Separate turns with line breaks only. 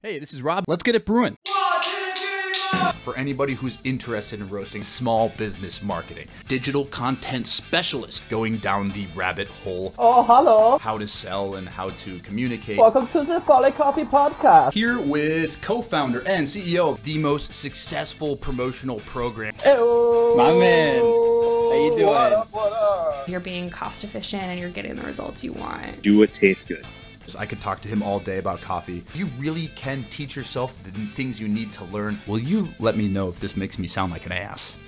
Hey, this is Rob. Let's get it brewing. For anybody who's interested in roasting small business marketing, digital content specialist, going down the rabbit hole,
Oh, hello.
how to sell and how to communicate.
Welcome to the Folly Coffee Podcast.
Here with co founder and CEO of the most successful promotional program.
My
man.
How you doing? What up, what up?
you're being cost efficient and you're getting the results you want.
do what tastes good.
I could talk to him all day about coffee. You really can teach yourself the things you need to learn. Will you let me know if this makes me sound like an ass?